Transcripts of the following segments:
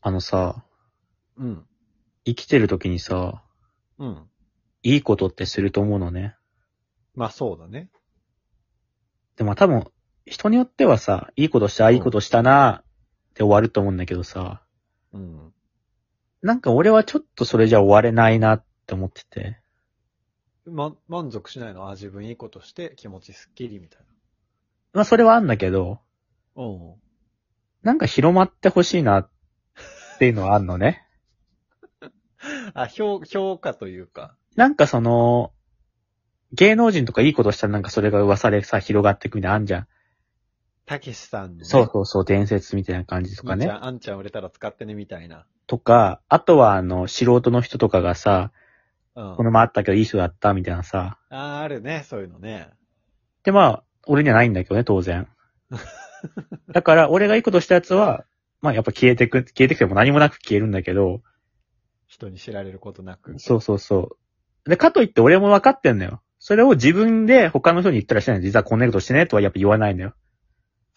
あのさ、うん。生きてる時にさ、うん。いいことってすると思うのね。まあそうだね。でも多分、人によってはさ、いいことした、うんいいことしたな、って終わると思うんだけどさ、うん。なんか俺はちょっとそれじゃ終われないなって思ってて。ま、満足しないのあ、自分いいことして気持ちスッキリみたいまあそれはあんだけど、な。うん。なんか広まってほしいなっていうのはあんのね。あ、評、評価というか。なんかその、芸能人とかいいことしたらなんかそれが噂でさ、広がってくみたいなのあんじゃん。たけしさんの、ね。そうそうそう、伝説みたいな感じととかかねね。。あんちゃん売れたら使ってねみたいな。とか、あとはあの、素人の人とかがさ、うん。 この前あったけどいい人だったみたいなさ。あー、あるね、そういうのね。で、まあ、俺にはないんだけどね、当然。だから、俺がいいことしたやつは、まあやっぱ消えてく、消えてくても何もなく消えるんだけど、人に知られることなく。そうそうそう。で、かといって俺も分かってんのよ。それを自分で他の人に言ったらしてない。実はこんなことしてねとはやっぱ言わないのよ。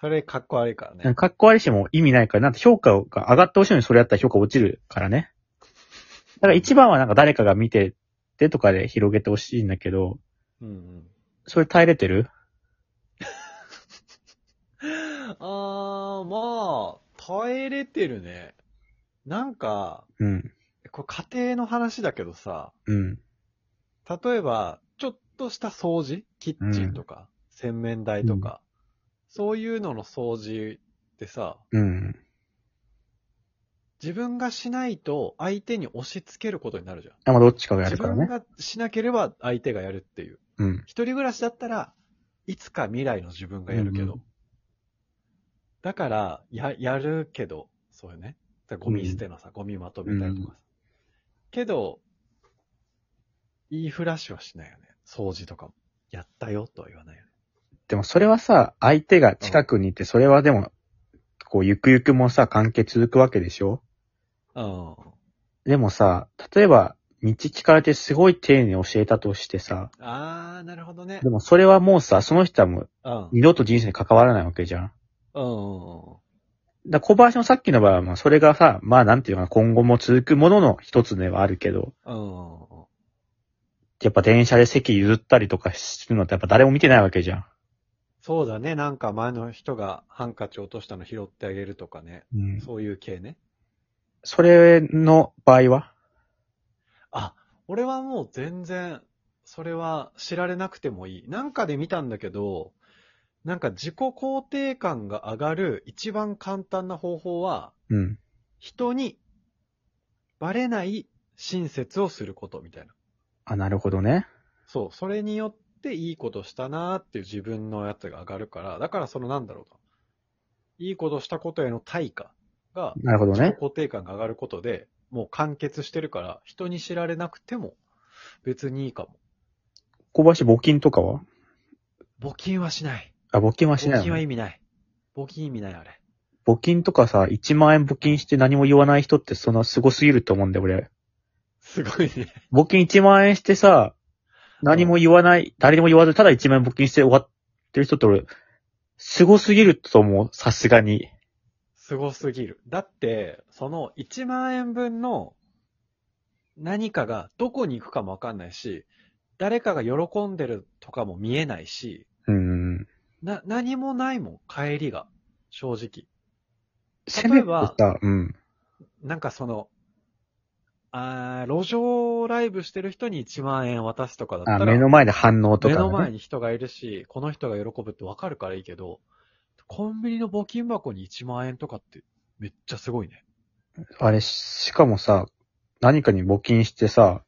それかっこ悪いからなんね。かかっこ悪いしもう意味ないから、なんて評価が上がってほしいのにそれやったら評価落ちるからね。だから一番はなんか誰かが見ててとかで広げてほしいんだけど、うんうん。それ耐えれてるあー、まあ、耐えれてるね。なんか、うん。これ家庭の話だけどさ、うん。例えば、ちょっとした掃除キッチンとか、洗面台とか、そういうのの掃除ってさ、うん。自分がしないと相手に押し付けることになるじゃん。あまあ、どっちかがや自るから分ね。がしなければ相手がやるっていう。うん。一人暮らしだったらいつか未来の自分がやるけど。うんだから、や、やるけど、そうよね。だからゴミ捨てのさ、ゴミまとめたりとかさ。けど、言いふらしはしないよね。掃除とかも。やったよとは言わないよね。でもそれはさ、相手が近くにいて、それはでも、こう、ゆくゆくもさ、関係続くわけでしょうでもさ、例えば、日聞かれてすごい丁寧に教えたとしてさ、ん。あー、なるほどねで。もそれはもうさ、その人はもううん。二度と人生に関わらないわけじゃん。だかうん。ら小林のさっきの場合は、まあそれがさ、まあなんていうのかな、今後も続くものの一つではあるけど、うん。うん。やっぱ電車で席譲ったりとかするのってやっぱ誰も見てないわけじゃん。そうだね。なんか前の人がハンカチ落としたの拾ってあげるとかね。うん。そういう系ね。それの場合はあ、俺はもう全然、それは知られなくてもいい。なんかで見たんだけど、なんか自己肯定感が上がる一番簡単な方法は、うん。人にバレない親切をすることみたいな。あ、なるほどね。そう、それによっていいことしたなーっていう自分のやつが上がるから、だからそのなんだろうな。いいことしたことへの対価が、なるほど自ね己。肯定感が上がることで、もう完結してるから、人に知られなくても別にいいかも。小林募金とかは募金はしない。あ、募金はしな募い金のはね意味ない。募金意味ない、あれ。募金とかさ、1万円募金して何も言わない人ってその凄すぎると思うんだよ、俺。すごいね。募金1万円してさ、何も言わない、誰にも言わず、ただ1万円募金して終わってる人って俺、凄すぎると思う、さすがに。すごすぎる。だって、その1万円分の何かがどこに行くかもわかんないし、誰かが喜んでるとかも見えないし、うん。な、何もないもん、帰りが。正直。せめて例えばさ、うん。なんかその、あー路上ライブしてる人に1万円渡すとかだったあ、ら、目の前で反応とか、目ね。の前に人がいるし、この人が喜ぶってわかるからいいけど、コンビニの募金箱に1万円とかってめっちゃすごいね。あれ、しかもさ、何かに募金してさ、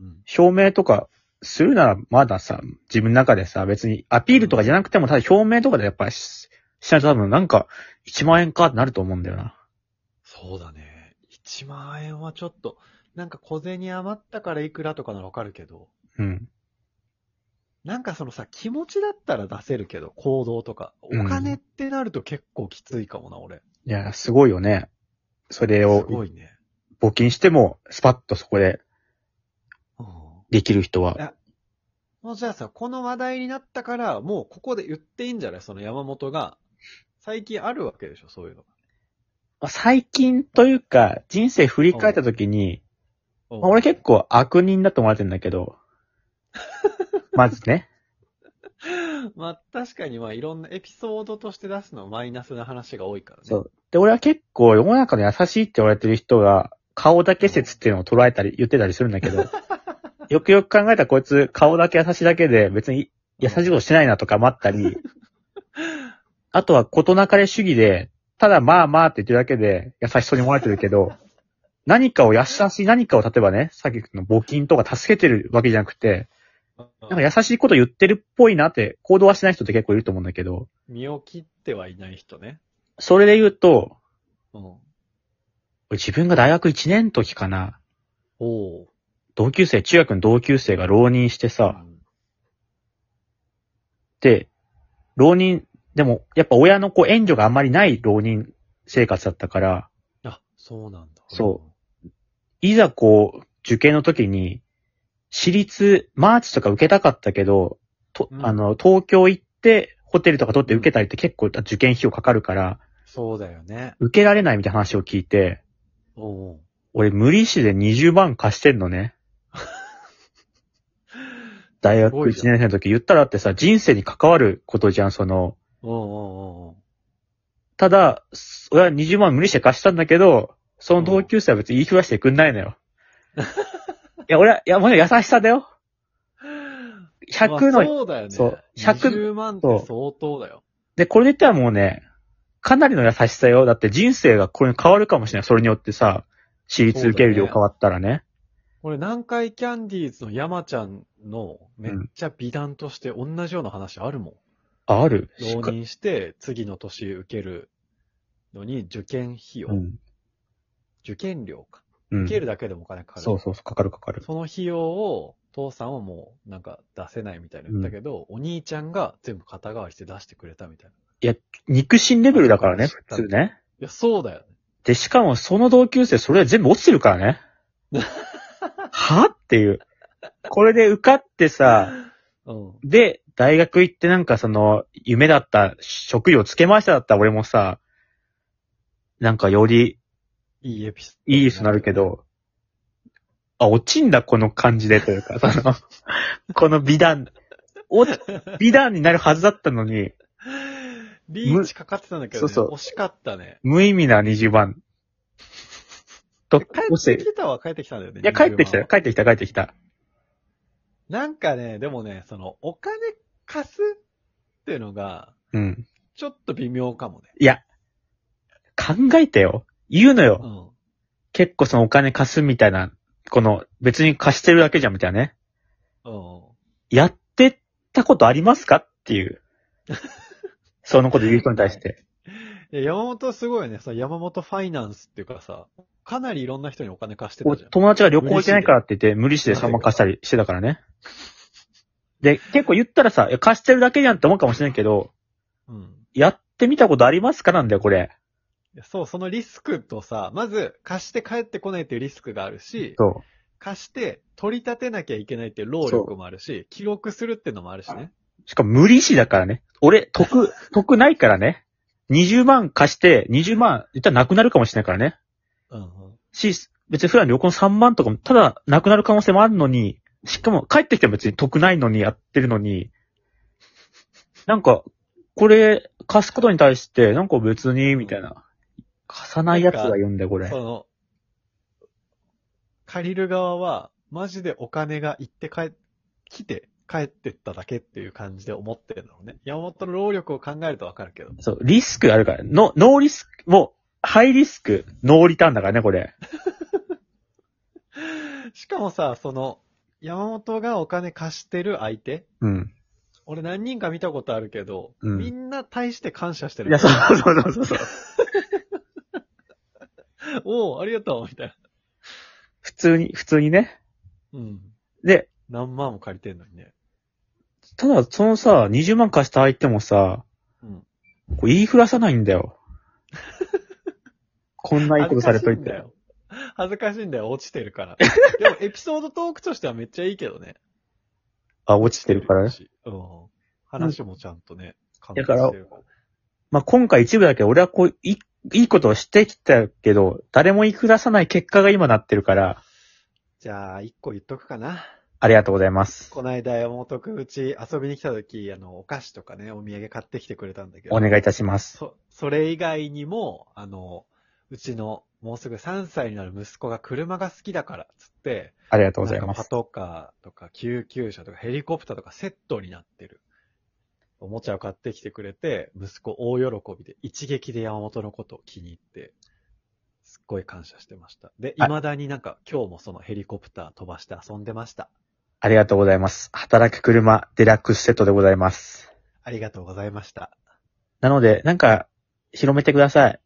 うん。表明とかするならまださ、自分の中でさ、別にアピールとかじゃなくても、ただ表明とかでやっぱししないと多分なんか、1万円かってなると思うんだよな。そうだね。1万円はちょっと、なんか小銭余ったからいくらとかならわかるけど、うん。なんかそのさ、気持ちだったら出せるけど、行動とか。おうん金ってなると結構きついかもな、俺。いや、すごいよね。それすをごいね。募金しても、スパッとそこでうん。できる人いやは。もうじゃあさ、この話題になったから、もうここで言っていいんじゃないその山本が。最近あるわけでしょ、そういうの。まあ最近というか、人生振り返った時に、うまんあ俺結構悪人だと思われてんだけ ど、まずね。まあ確かにまあいろんなエピソードとして出すのはマイナスな話が多いからね。そう。で、俺は結構世の中の優しいって言われてる人が、顔だけ説っていうのを捉えたり、言ってたりするんだけど、よくよく考えたらこいつ、顔だけ優しいだけで、別に優しいことしてないなとかもあったり、あとは事なかれ主義で、ただまあまあって言ってるだけで、優しそうに思われてるけど、何かを優しい何かを、例えばね、さっきの募金とか助けてるわけじゃなくて、うんなんか優しいこと言ってるっぽいなって、行動はしない人って結構いると思うんだけど、身を切ってはいない人ね。それで言うと、うん。自分が大学1年の時かな、おお。同級生、中学の同級生が浪人してさ、うんで、浪人、でも、やっぱ親のこう援助があんまりない浪人生活だったから、あ、そうなんだ。そいざこう、受験の時に、私立、マーチとか受けたかったけど、と、うんあの、東京行って、ホテルとか取って受けたりって結構受験費用かかるから、そうだよね。受けられないみたいな話を聞いて、おおう。俺無利子で20万貸してんの ね。大学1年生の時言ったらだってさ、人生に関わることじゃん、その、おうおうおうただ、そ俺は20万無理して貸したんだけど、その同級生は別に言いふらしてくんないのよ。いや、俺は、いや、もう優しさだよ。まあ100の、そうだよね。そう100 20万って相当だよ。で、これで言ったらもうね、かなりの優しさよ。だって人生がこれに変わるかもしれない。それによってさ、私立受ける量変わったらね。俺、南海キャンディーズの山ちゃんのめっちゃ美談として同じような話あるもん。あある。し浪か人して、次の年受けるのに受験費用、うん。受験料か。うん。受けるだけでもお金かかる。そうそうそう、かかるかかる。その費用を、父さんはもうなんか出せないみたいな言ったけど、お兄ちゃんが全部肩代わりして出してくれたみたいな。い肉親レベルだからね、あそ普うか通ね。や、そうだよね。で、しかもその同級生、それは全部落ちてる からね。はっていう。これで受かってさ、うん。で、大学行ってなんかその、夢だった、職業つけましただったら俺もさ、なんかよりいいエピソード。いい人になるけ。ど、あ、落ちんだ、この感じでというか、そ の、この美談、お美談になるはずだったのに、リーチかかってたんだけど、ね、そうそう惜しかったね。無意味な20番。と、帰落っちててる。きたは帰ってきたんだよね。いや、帰ってきたよ、 20万は帰ってきた、帰ってきた。なんかね、でもね、その、お金貸すっていうのが、うん。ちょっと微妙かもね。いや、考えてよ。言うのうよ。ん。結構そのお金貸すみたいな、この、別に貸してるだけじゃんみたいなね。うん。やってったことありますかって いう。そのこと言う人に対して。いや山本すごいよね。その山本ファイナンスっていうかさ、かなりいろんな人にお金貸してたおじゃん。友達が旅行行ってないからって言って、無利子で3万貸したりしてたからね。で、結構言ったらさ、いや貸してるだけじゃんって思うかもしれないけど、うん。やってみたことありますかなんだよ、これ。いやそう、そのリスクとさ、まず貸して帰ってこないっていうリスクがあるし、そ貸して取り立てなきゃいけないっていう労力もあるし、記録するっていうのもあるしね。う。しかも無利子だからね。俺、得、 得ないからね。20万貸して、20万、言ったらなくなるかもしれないからね。うんうん。し、別に普段旅行の3万とかも、ただ、なくなる可能性もあるのに、しかも帰ってきても別に得ないのにやってるのに、なんか、これ、貸すことに対して、なんか別に、みたいな。貸さない奴が言うんだよ、これそ。の、借りる側は、マジでお金が行って帰、来て帰ってっただけっていう感じで思ってるのね。山本の労力を考えるとわかるけど。そう、リスクあるから、ノ、ノーリスク、もう、ハイリスク、ノーリターンだからね、これ。しかもさ、その、山本がお金貸してる相手うん。俺何人か見たことあるけど、うんみんな対して感謝してる。いや、そうそうそうそうそう。おうありがとうみたい普通に、普通にね。な。うん。で、何万も借りてんのにね。ただ、そのさ、20万貸した相手もさ、うん。こう言いふらさないんだ よ。こんないいことされとい恥ずかしいんだて。よ。恥ずかしいんだよ、落ちてるから。でも、エピソードトークとしてはめっちゃいいけどね。あ、落ちてるからね。うん。話もちゃんとね、完だからてるから。まあ、今回一部だけど、俺はこう、一いいことをしてきたけど、誰も言い下さない結果が今なってるから、じゃあ、一個言っとくかな。ありがとうございます。こないだ山本くんうち遊びに来た時、あの、お菓子とかね、お土産買ってきてくれたんだけど。お願いいたします。そ、それ以外にも、あの、うちのもうすぐ3歳になる息子が車が好きだから、つって、ありがとうございなんまかパす。トカーとか救急車とかヘリコプターとかセットになってる。おもちゃを買ってきてくれて、息子大喜びで、一撃で山本のことを気に入って、すっごい感謝してました。で、はい未だになんか今日もそのヘリコプター飛ばして遊んでました。ありがとうございます。働く車、デラックスセットでございます。ありがとうございました。なので、なんか、広めてください。